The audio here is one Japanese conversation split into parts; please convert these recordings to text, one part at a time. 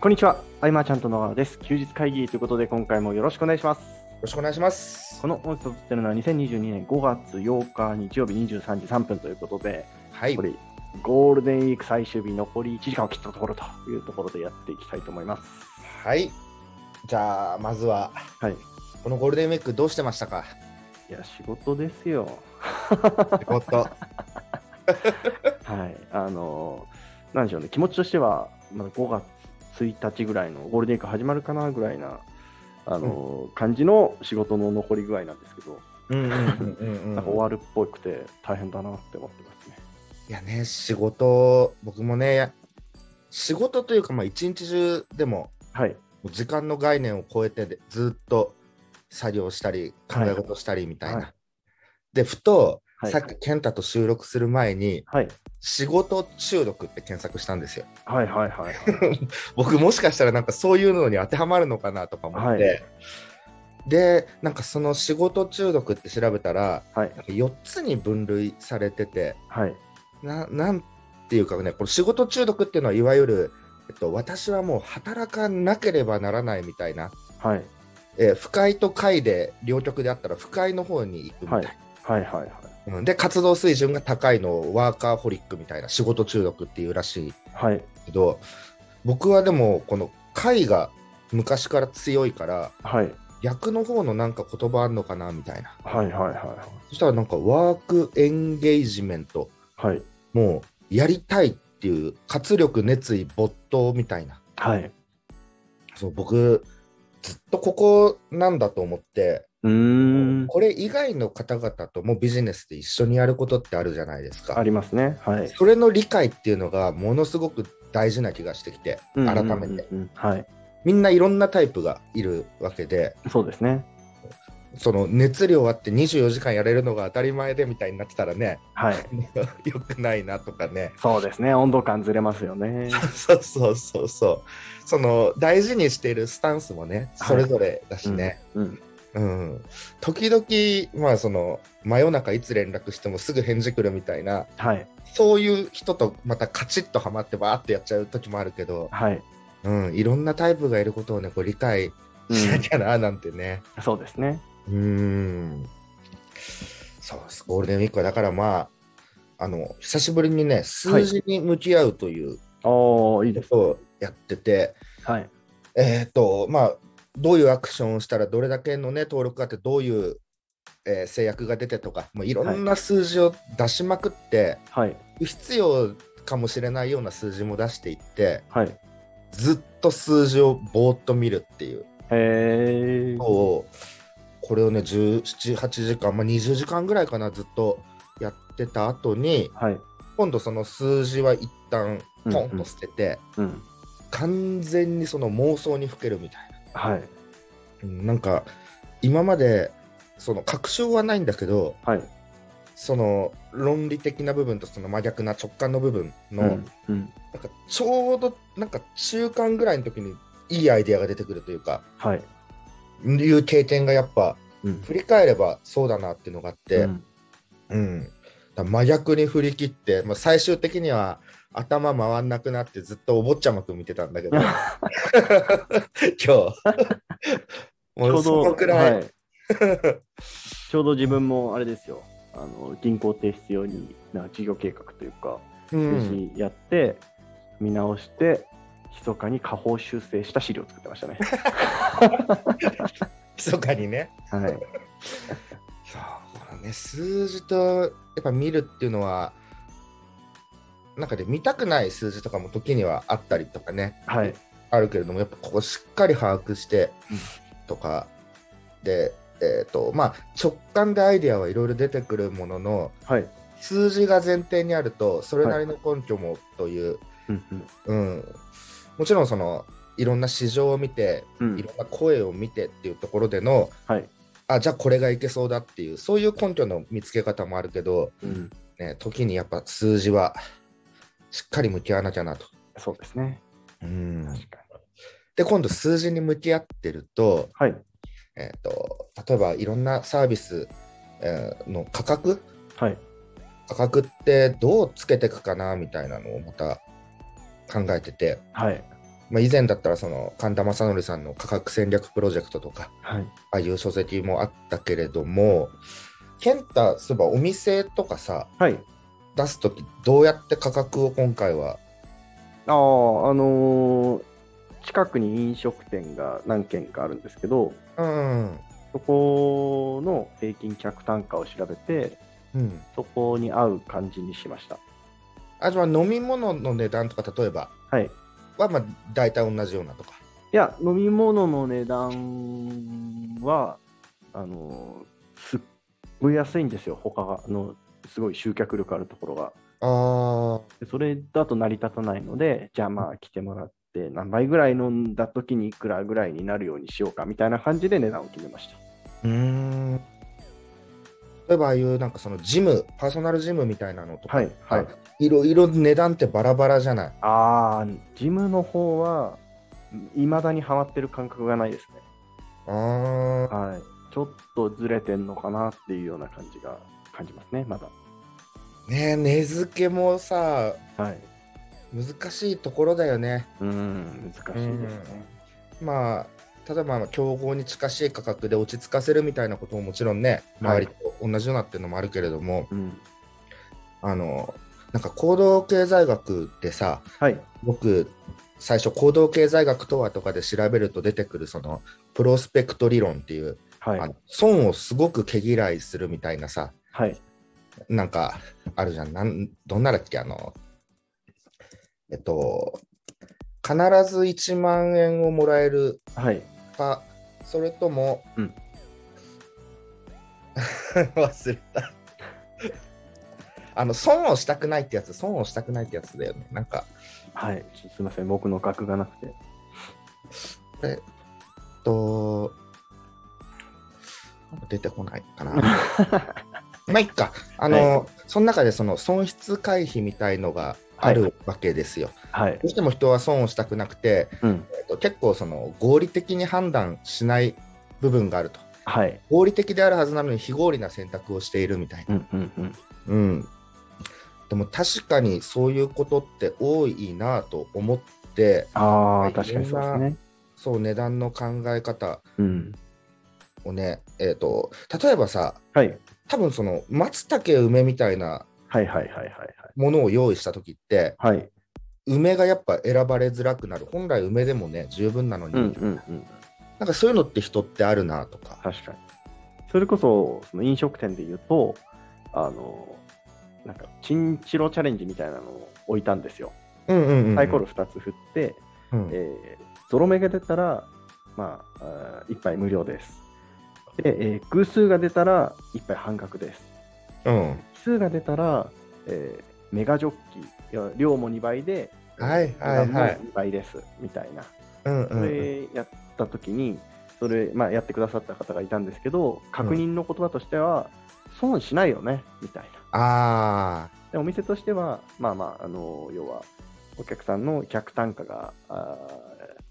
こんにちは、アイマーちゃんと野川です。休日会議ということで、今回もよろしくお願いします。よろしくお願いしますこ。の音声を撮ってるのは2022年5月8日日曜日23時3分ということで、はいこ。れゴールデンウィーク最終日残り1時間を切ったところというところでやっていきたいと思います。はい。じゃあ、まずは、はい。このゴールデンウィークどうしてましたかいや、仕事ですよ。ってこと。はい。あのー、なんでしょうね、気持ちとしては、まだ5月1日ぐらいのゴールデンウィーク始まるかなぐらいな、あのー感じの仕事の残り具合なんですけど、うんうんうんうなんか終んうん。わるっぽくて大変だなって思ってますね。いやね、仕事、僕もね、や仕事というか、まあ、一日中でも、はい。もう時間の概念を超えてで、ずっと作業したり、考え事したりみたいな。はいで、ふと、はいさっき健太と収録する前に、はい。仕事中毒って検索したんですよ。はいはいはいはい。僕もしかしたらなんかそういうのに当てはまるのかなとか思って、はいでなんかその仕事中毒って調べたらはい。なんか4つに分類されててはい。ななんていうかねこの仕事中毒っていうのはいわゆる、えっと、私はもう働かなければならないみたいな、はい。えー不快と快で両極であったら不快の方に行くみたいな。はいはいはい。うんで活動水準が高いのをワーカーホリックみたいな仕事中毒っていうらしいはい。けど僕はでもこの会が昔から強いからはい。役の方のなんか言葉あんのかなみたいなはいはいはそしたらなんかワークエンゲージメントい。はい。もうやりたいっていう活力熱意没頭みたいなはい。そう僕ずっとここなんだと思って、うーん。これ以外の方々ともビジネスで一緒にやることってあるじゃないですあかりますね。はい。それの理解っていうのがものすごく大事な気がしてきて改めてうんうんうんうん。はい。みんないろんなタイプがいるわけでそうですね。その熱量あって24時間やれるのが当たり前でみたいになってたらね はい。よくないなとかねそうですね。温度感ずれますよね。そうそうそうそうその大事にしているスタンスもねそれぞれだしね、うん。うん、時々まあその真夜中いつ連絡してもすぐ返事来るみたいなはい。そういう人とまたカチッとハマってバーってやっちゃう時もあるけど、はい。うん、いろんなタイプがいることをねこう理解うしな んきゃななんてね、そうですね。うーん。そうです。ゴールデンウィークはだからまあ、あの、久しぶりにね、数字に向き合うというおー、いいでこす。とをやってて、はい。えっ、と、まあ、どういうアクションをしたら、どれだけのね、登録があって、どういう、えー制約が出てとか、もういろんな数字を出しまくって、はい。不必要かもしれないような数字も出していって、はい。ずっと数字をぼーっと見るっていうえのー。をこれをね17、8時間、まあ、20時間ぐらいかな、ずっとやってた後に、はい。今度その数字は一旦うんポンと捨てて、うん。完全にその妄想にふけるみたいな。はい。うんなんか、今まで、その確証はないんだけど、はい。その論理的な部分とその真逆な直感の部分の、うん。うん。なんかちょうどなんか中間ぐらいの時にいいアイデアが出てくるというか、はい。いう経験がやっぱうん。振り返ればそうだなっていうのがあって、うんうん、だから真逆に振り切って、まあ、最終的には頭回んなくなってずっとお坊ちゃまくん見てたんだけ ど今日ちもょううど、そのくらい、はい ちょうど自分もあれですよ、あの銀行提出用にな事業計画というか、うん、ぜひやって、見直して、密かに下方修正した資料を作ってました ね。密かにねはい、そうこのね数字とやっぱ見るっていうのはなんかで見たくない数字とかも時にはあったりとかねはい、あるけれどもやっぱここしっかり把握してうんとか、でえっ、とまあ直感でアイデアはいろいろ出てくるもののはい、数字が前提にあるとそれなりの根拠もという、うんうんうん、もちろんそのいろんな市場を見てういん、ろんな声を見てっていうところでのはい、あじゃあこれがいけそうだっていうそういう根拠の見つけ方もあるけど、うん、ね、時にやっぱ数字はしっかり向き合わなきゃなと。そうですね。うん確かに。で今度数字に向き合ってると,、はい、えー、と例えばいろんなサービス、えーの価格はい、価格ってどうつけていくかなみたいなのをまた考えてて、はい、まあ、以前だったらその神田正則さんの価格戦略プロジェクトとか、はい。ああいう書籍もあったけれども、健太、そういえばお店とかさ、はい。出すとき、どうやって価格を今回は、ああ、あのー近くに飲食店が何軒かあるんですけど、うん、そこの平均客単価を調べて、うん、そこに合う感じにしました。あじゃあ飲み物の値段とか、例えば、はい。はまあ大体同じようなとか。いや、飲み物の値段は、あのーすっごい安いんですよ、他がの、すごい集客力あるところが。あでそれだと成り立たないので、じゃあまあ来てもらって、何杯ぐらい飲んだ時にいくらぐらいになるようにしようかみたいな感じで値段を決めました。うーん例えばああいうなんかそのジムパーソナルジムみたいなのとか、はい、はい。い、ろいろ値段ってバラバラじゃないああ、ジムの方は、いまだにハマってる感覚がないですね。あーはい。ちょっとずれてんのかなっていうような感じが感じますね、まだ。ねえ値付けもさはい。難しいところだよねうん、難しいですね。まあ例えばあの競合に近しい価格で落ち着かせるみたいなことももちろんねは周いりと同じようなっていうのもあるけれども、うん。あのなんか行動経済学ってさ、はい。僕最初行動経済学とはとかで調べると出てくるそのプロスペクト理論っていう、はい。あの損をすごく毛嫌いするみたいなさはい。なんかあるじゃんなんどんなだっけあのえっと必ず1万円をもらえるはい。かそれとも、うん 忘れたあの損をしたくないってやつ損をしたくないってやつだよねなんかはい。ちょすみません、僕の額がなくて。えっと、出てこないかな。まあ、いっか。あの、その中でその損失回避みたいのがあるわけですよ。はいど。うしても人は損をしたくなくて、うん。えっと、結構その合理的に判断しない部分があると。はい。合理的であるはずなのに非合理な選択をしているみたいな。うんうんうん。うん。でも確かにそういうことって多いなと思って、あはあ、い確かにそうですね。そう値段の考え方うん。をね、えっ、と、例えばさ、はい。多分その松茸梅みたいなはいはいはいはいものを用意した時ってはい。はい。梅がやっぱ選ばれづらくなる本来梅でもね十分なのに、うんうんうん。なんかそういうのって人ってあるなとか確かに。それこそ、その飲食店で言うと、あの、なんか、チンチロチャレンジみたいなのを置いたんですよ。うんうんうんサイコロ2つ振って、うんえーゾロ目が出たら、まあ、あ1杯無料です。で、えー偶数が出たら1杯半額です。うん奇数が出たら、えーメガジョッキいや、量も2倍で、はいはい値段もはい2倍です、みたいな。うんそうんれやった時に、それ、まあ、やってくださった方がいたんですけど、確認の言葉としては、損しないよね、みたいな。あでお店としては、まあまあ、あの要はお客さんの客単価があ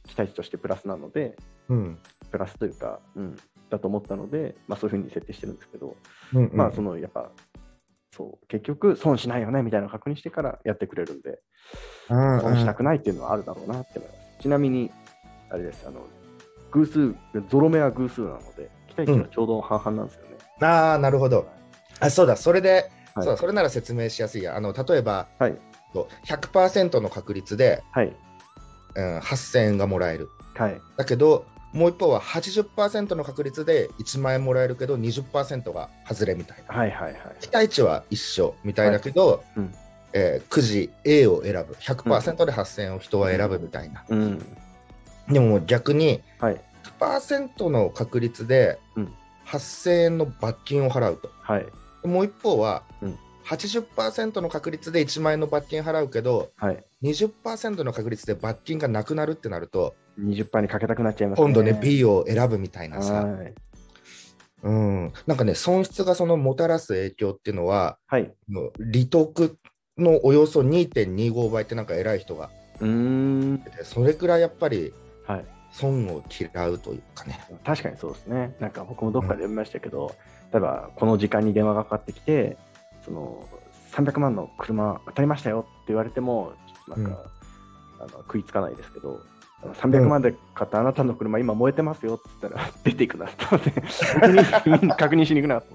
ー期待値としてプラスなので、ーうんプラスというか、うん、だと思ったので、まあ、そういうふうに設定してるんですけど、うんうんまあ、そのやっぱ、そう、結局、損しないよねみたいなのを確認してからやってくれるんで、うんうん損したくないっていうのはあるだろうなって思います。ちなみに、あれです、あの偶数、ゾロ目は偶数なので、期待値がちょうど半々なんですよね。ああなるほどあそうだそれで、はいそうだそれなら説明しやすいやあの例えば、はいと100%の確率で、はい、うん、8000円がもらえるはい、だけど、もう一方は80%の確率で1万円もらえるけど、20%が外れみたいな。はい、はい、はい。期待値は一緒みたいだけど、うんえーくじ A を選ぶ、100%で8000円を人は選ぶみたいな。うん、でも逆に、はい、 100%の確率でうん8000円の罰金を払うと。はい、もう一方は、うん80%の確率で1万円の罰金払うけど、はい。 20%の確率で罰金がなくなるってなると、 20%にかけたくなっちゃいます今度ね、B を選ぶみたいなさ。はい。うん、なんかね、損失がそのもたらす影響っていうのは、はい。もう利得のおよそ2.25倍ってなんか偉い人がうーん。言ってて、それくらいやっぱりはい。損を嫌うというかね。確かにそうですね。なんか僕もどっかで読みましたけど、例えばこの時間に電話がかかってきて、その300万の車当たりましたよって言われても、ちょっとなんか、あの食いつかないですけど、あの300万で買ったあなたの車、今燃えてますよって言ったら、出ていくなと思 って、確認確認しに行くなと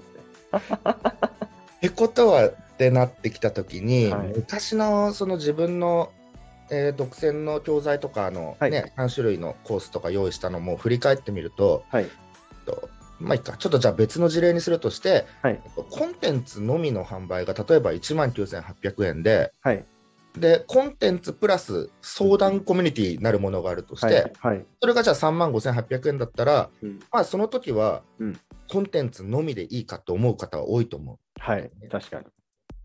思って。ってことはってなってきた時に、はい昔のその自分の、えー独占の教材とかの、はいね3種類のコースとか用意したのも振り返ってみると、はいとまあいいかちょっとじゃあ別の事例にするとして、はいコンテンツのみの販売が例えば1万9800円ではい。でコンテンツプラス相談コミュニティなるものがあるとして、はい。はい。それがじゃあ3万5800円だったら、うんまあその時は、うんコンテンツのみでいいかと思う方は多いと思う。はい。確かに。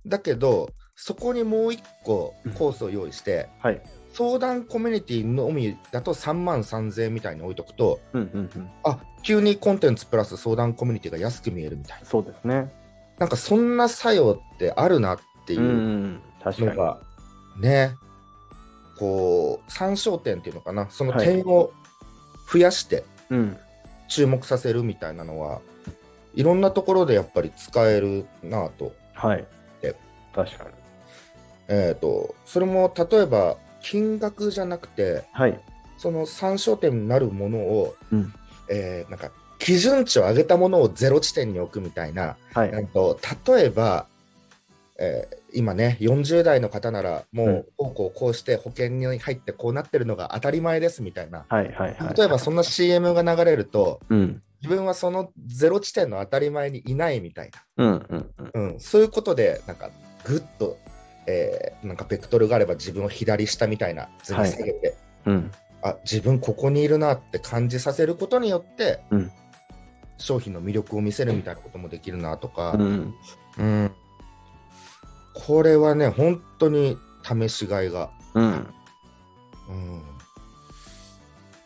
だけど、そこにもう1個うんコースを用意して、はい。相談コミュニティのみだと3万3000円みたいに置いとくと、うんうんうん。あ急にコンテンツプラス相談コミュニティが安く見えるみたいな、そうですね。。なんかそんな作用ってあるなっていううん確のかに。が、ね、こう、参照点っていうのかな、そのはい点を増やしてうん。注目させるみたいなのは、いろんなところでやっぱり使えるなぁとはいで。確かに。えー、とそれも例えば金額じゃなくてはい。その参照点になるものを、うんえーなんか基準値を上げたものをゼロ地点に置くみたいな、はえい。ーと例えば、えー今ね40代の方ならもうんうこうこうこうして保険に入ってこうなってるのが当たり前ですみたいなはい。はい。はい。例えばそんな CM が流れるとうん。自分はそのゼロ地点の当たり前にいないみたいな。うんうんうん。うん、そういうことで、なんか、ぐっと、えーなんか、ベクトルがあれば自分を左下みたいな図に下げて、うん。あ、自分ここにいるなって感じさせることによって、うん商品の魅力を見せるみたいなこともできるなとか、うん。うんこれはね、本当に試しがいが。うん。うん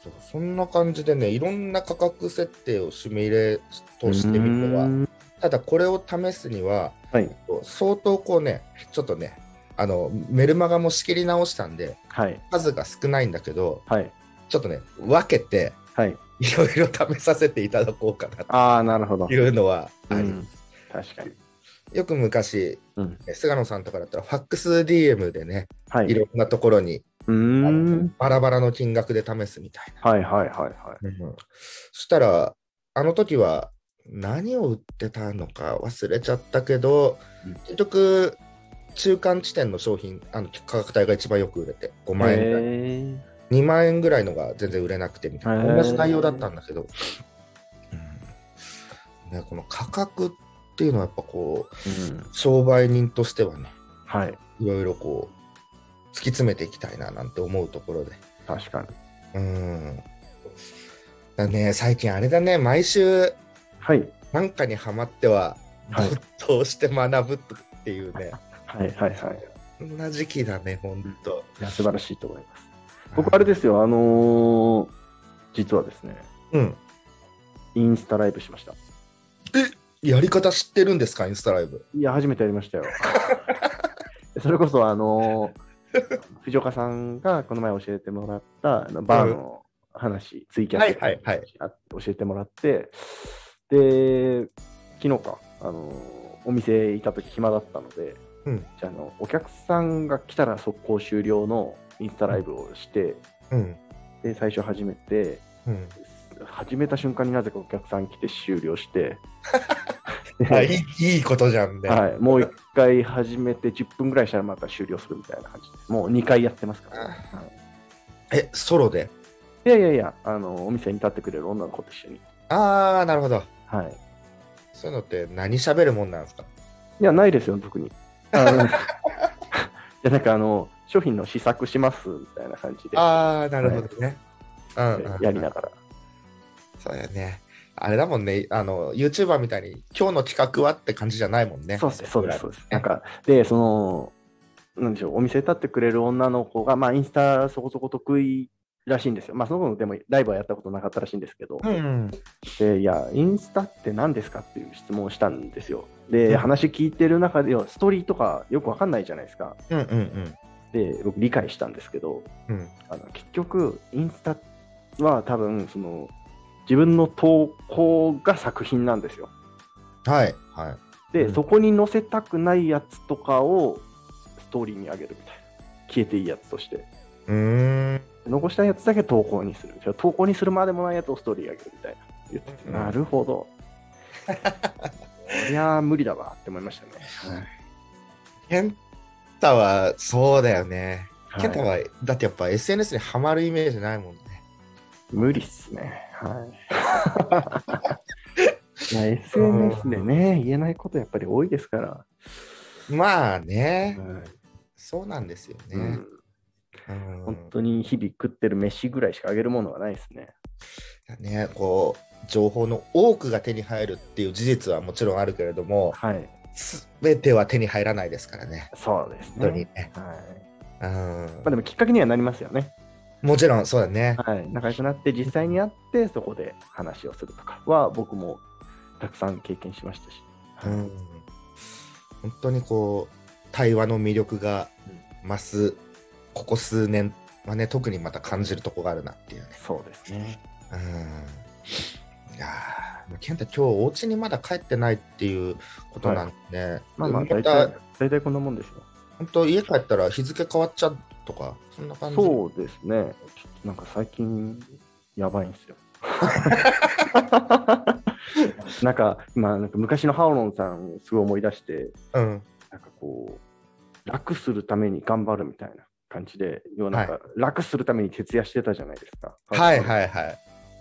そうそんな感じでね、いろんな価格設定をシミュレートしてみては、は。ただこれを試すには、はい。相当こうね、ちょっとね、あのメルマガも仕切り直したんで、はい。数が少ないんだけど、はい。ちょっとね、分けて、はい。いろいろ試させていただこうかなああ、なるほどと。いうのはあうり、ん。確かに。よく昔、うん。菅野さんとかだったら、ファックス DM でね、はいい。ろんなところに、うーあのん。バラバラの金額で試すみたいはい。はい。はい。はい。な。そしたら、あの時は、何を売ってたのか忘れちゃったけどうん、結局、中間地点の商品、あの価格帯が一番よく売れて、5万円ぐらい。へ2万円ぐらいのが全然売れなくてみたいへーな同じ内容だったんだけど、うんね、この価格っていうのはやっぱこうーうん。商売人としてはねはい。いろいろこう突き詰めていきたいななんて思うところで確かに。うんだね最近あれだね毎週はい。何かにハマってははい没頭して学ぶっていうね、はい。はい。はい。そんな時期だねほんといや、素晴らしいと思います。僕、あれですよ、あのー実はですね、うんインスタライブしました。やり方知ってるんですかインスタライブいや、初めてやりま したよ。それこそ、あのー藤岡さんがこの前教えてもらったあのバーの話、ツイキャスのはいはいはい話あ教えてもらって、で、昨日か、あのーお店いた時暇だったので、うんじゃああの、お客さんが来たら速攻終了のインスタライブをして、うんで、最初始めて、うん始めた瞬間になぜかお客さん来て終了 して、あいいいいことじゃんね。はい、もう1回始めて10分ぐらいしたらまた終了するみたいな感じで、もう2回やってますから、はいえ、ソロで。いやいやいやあの、お店に立ってくれる女の子と一緒に。あー、なるほど。はい、そういうのって何喋るもんなんですかいや、ないですよ、特に。あの いやなんかあの、商品の試作しますみたいな感じで、あー、なるほどね。うんうんうんやりながら。そうやね。あれだもんね、あの、YouTuber みたいに、今日の企画はって感じじゃないもんね。そうです、そうです、そそうです。なんか、で、その、なんでしょう、お店立ってくれる女の子が、まあ、インスタそこそこ得意らしいんですよ。まあ、その子でもライブはやったことなかったらしいんですけど、うんうん。でいや、インスタって何ですかっていう質問をしたんですよ。で、うん話聞いてる中で、要はストーリーとかよくわかんないじゃないですか。うんうんで、僕理解したんですけど、うん。うんあの結局、インスタは多分、その、自分の投稿が作品なんですよ。はい。はい。で、うんそこに載せたくないやつとかをストーリーに上げるみたいな。消えていいやつとして。うーん。残したやつだけ投稿にする。じゃあ投稿にするまでもないやつをストーリー上げるみたいな。言ってうんなるほど。いやー、無理だわって思いましたね。ケンタは、そうだよね。はいケンタは、だってやっぱ SNS にハマるイメージないもんね。無理っすね。はい。いや SNS でね、言えないことやっぱり多いですから。まあはね、いそうなんですようねん。うん本当に日々食ってる飯ぐらいしかあげるものはないですね。ね、こう、情報の多くが手に入るっていう事実はもちろんあるけれども、はい。すべては手に入らないですからね。そうですね。本当にね。はい。うんまあでもきっかけにはなりますよね。もちろんそうだね。はい。仲良くなって実際に会ってそこで話をするとかは僕もたくさん経験しましたし。うはいん本当にこう対話の魅力が増すここ数年はね特にまた感じるとこがあるなっていうね。そうですね。うんいやーもう健太今日お家にまだ帰ってないっていうことなんで、ねまあまあ大た体、大体こんなもんですよ。本当家帰ったら日付変わっちゃうとかそんな感じそうですね。ちょっとなんか最近、やばいんですよ。 なんか、今、なんか昔のハオロンさんをすごい思い出して、うんなんかこう、楽するために頑張るみたいな感じで、要はなんか、楽するために徹夜してたじゃないですか。はいい。はいはい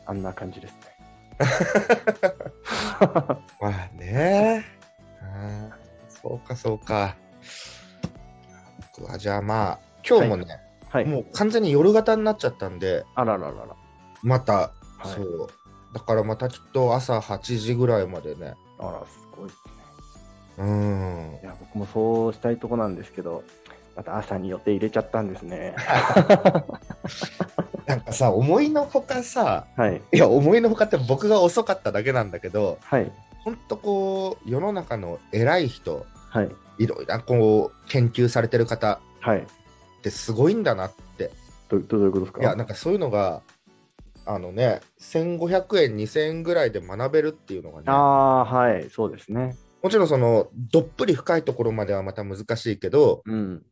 あんな感じですね。まあねうんそうかそうか僕はじゃあまあ今日もね、はい。もう完全に夜型になっちゃったんで、あらららら。また、はいそう。だからまたきっと朝8時ぐらいまでね。あら、すごいですね。うーん。いや、僕もそうしたいとこなんですけど、また朝に予定入れちゃったんですね。なんかさ、思いのほかさ、はい。いや、思いのほかって僕が遅かっただけなんだけど、はい。ほんとこう、世の中の偉い人、はい。いろいろなこう、研究されてる方はい。ってすごいんだなって。どどういうことですかいや、なんかそういうのが、あのね、1500円、2000円ぐらいで学べるっていうのがね。ああー、はい、そうですね。もちろんそのどっぷり深いところまではまた難しいけど、うん。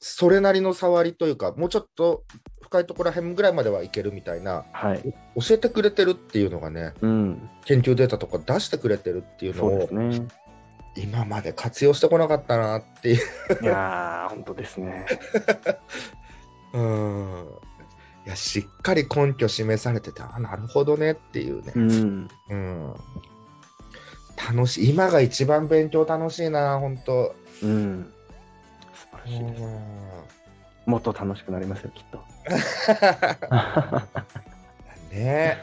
それなりの触りというか、もうちょっと深いところら辺ぐらいまではいけるみたいな、はい。教えてくれてるっていうのがね、うん。研究データとか出してくれてるっていうのそうでをす、ね。今まで活用してこなかったなっていう。いやー、本当ですね。うんいやしっかり根拠示されてて、あ、なるほどねっていうね。うん。うん楽しい、今が一番勉強楽しいな、本当。うん。素晴らしいです。もっと楽しくなりますよ、きっと。ね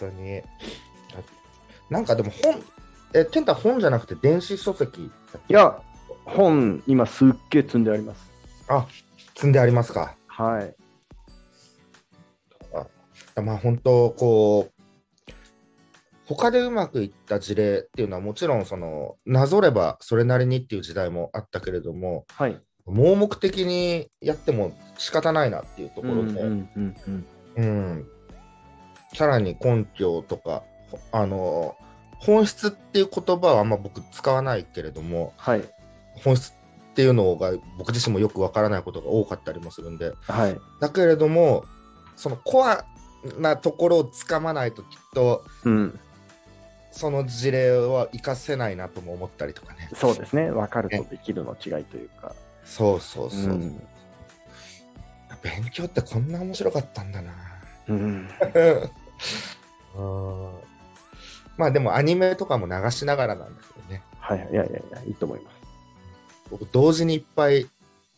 本当になんかでも本え健太本じゃなくて電子書籍いや、本、今すっげえ積んであります。積んでありますかはい。まあ本当こう他でうまくいった事例っていうのはもちろんそのなぞればそれなりにっていう時代もあったけれどもはい。盲目的にやっても仕方ないなっていうところで、うんうんうんうん、さらに根拠とかほあの本質っていう言葉はあんま僕使わないけれどもはい。本質っていうのが僕自身もよくわからないことが多かったりもするんではい。だけれどもそのコアなところをつかまないときっとうん。その事例は活かせないなとも思ったりとかねそうです ね。分かるとできるの違いというか。そうそうそう、うん。勉強ってこんな面白かったんだなうん。 うんまあでもアニメとかも流しながらなんだけどねはい。いやいやいや、いいと思います。僕同時にいっぱい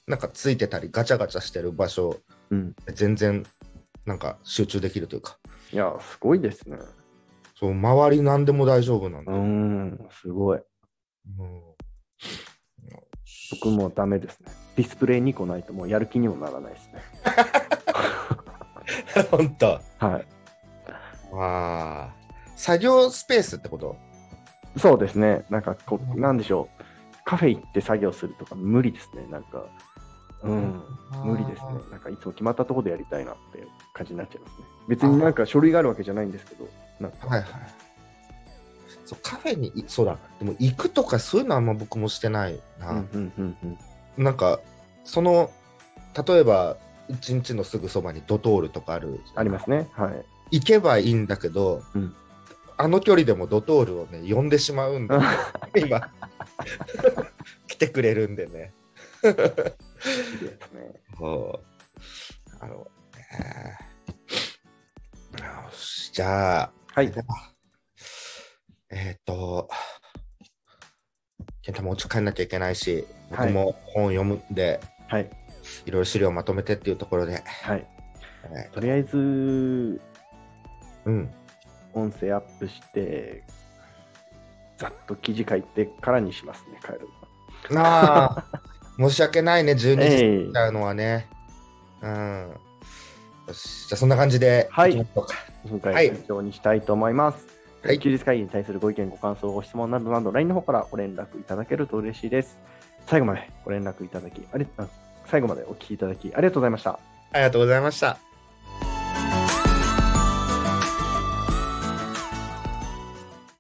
なんかついてたりガチャガチャしてる場所うん。全然なんか集中できるというかいや、すごいですね。そう周り何でも大丈夫なんだ、うん。すごい。もう僕もダメですね。ディスプレイ2個ないともうやる気にもならない ですね。本当はい。わあ作業スペースってことそうですね。なんかこう、なんでしょう。カフェ行って作業するとか無理ですね。なんか、うん、無理ですね。なんかいつも決まったところでやりたいなっていう感じになっちゃいますね。別になんか書類があるわけじゃないんですけど、なんか、はいはいそうカフェにいそうだでも行くとかそういうのはあんま僕もしてないな、うんうんうんうん。なんかその例えば1日のすぐそばにドトールとかあるありますね。 はい。行けばいいんだけど、うんあの距離でもドトールをね呼んでしまうんだよ今来てくれるんでねいいですね。そうあのねよしじゃあはい。えっ、と健太もうちょっと帰んなきゃいけないしは僕いも本読むんで、はい。い、ろいろ資料まとめてっていうところで、はい。えとりあえず、ーうん音声アップして、ざっと記事書いてからにしますね、帰るのは。ああ、申し訳ないね、12時過えぎたのはね。うん。よし、じゃあそんな感じで、はいきましょうか今回ははい以上にしたいと思います。はい休日会議に対するご意見、ご感想、ご質問などなど、LINE の方からご連絡いただけると嬉しいです。最後までご連絡いただき、ありあ最後までお聞きいただきありがとうございました。ありがとうございました。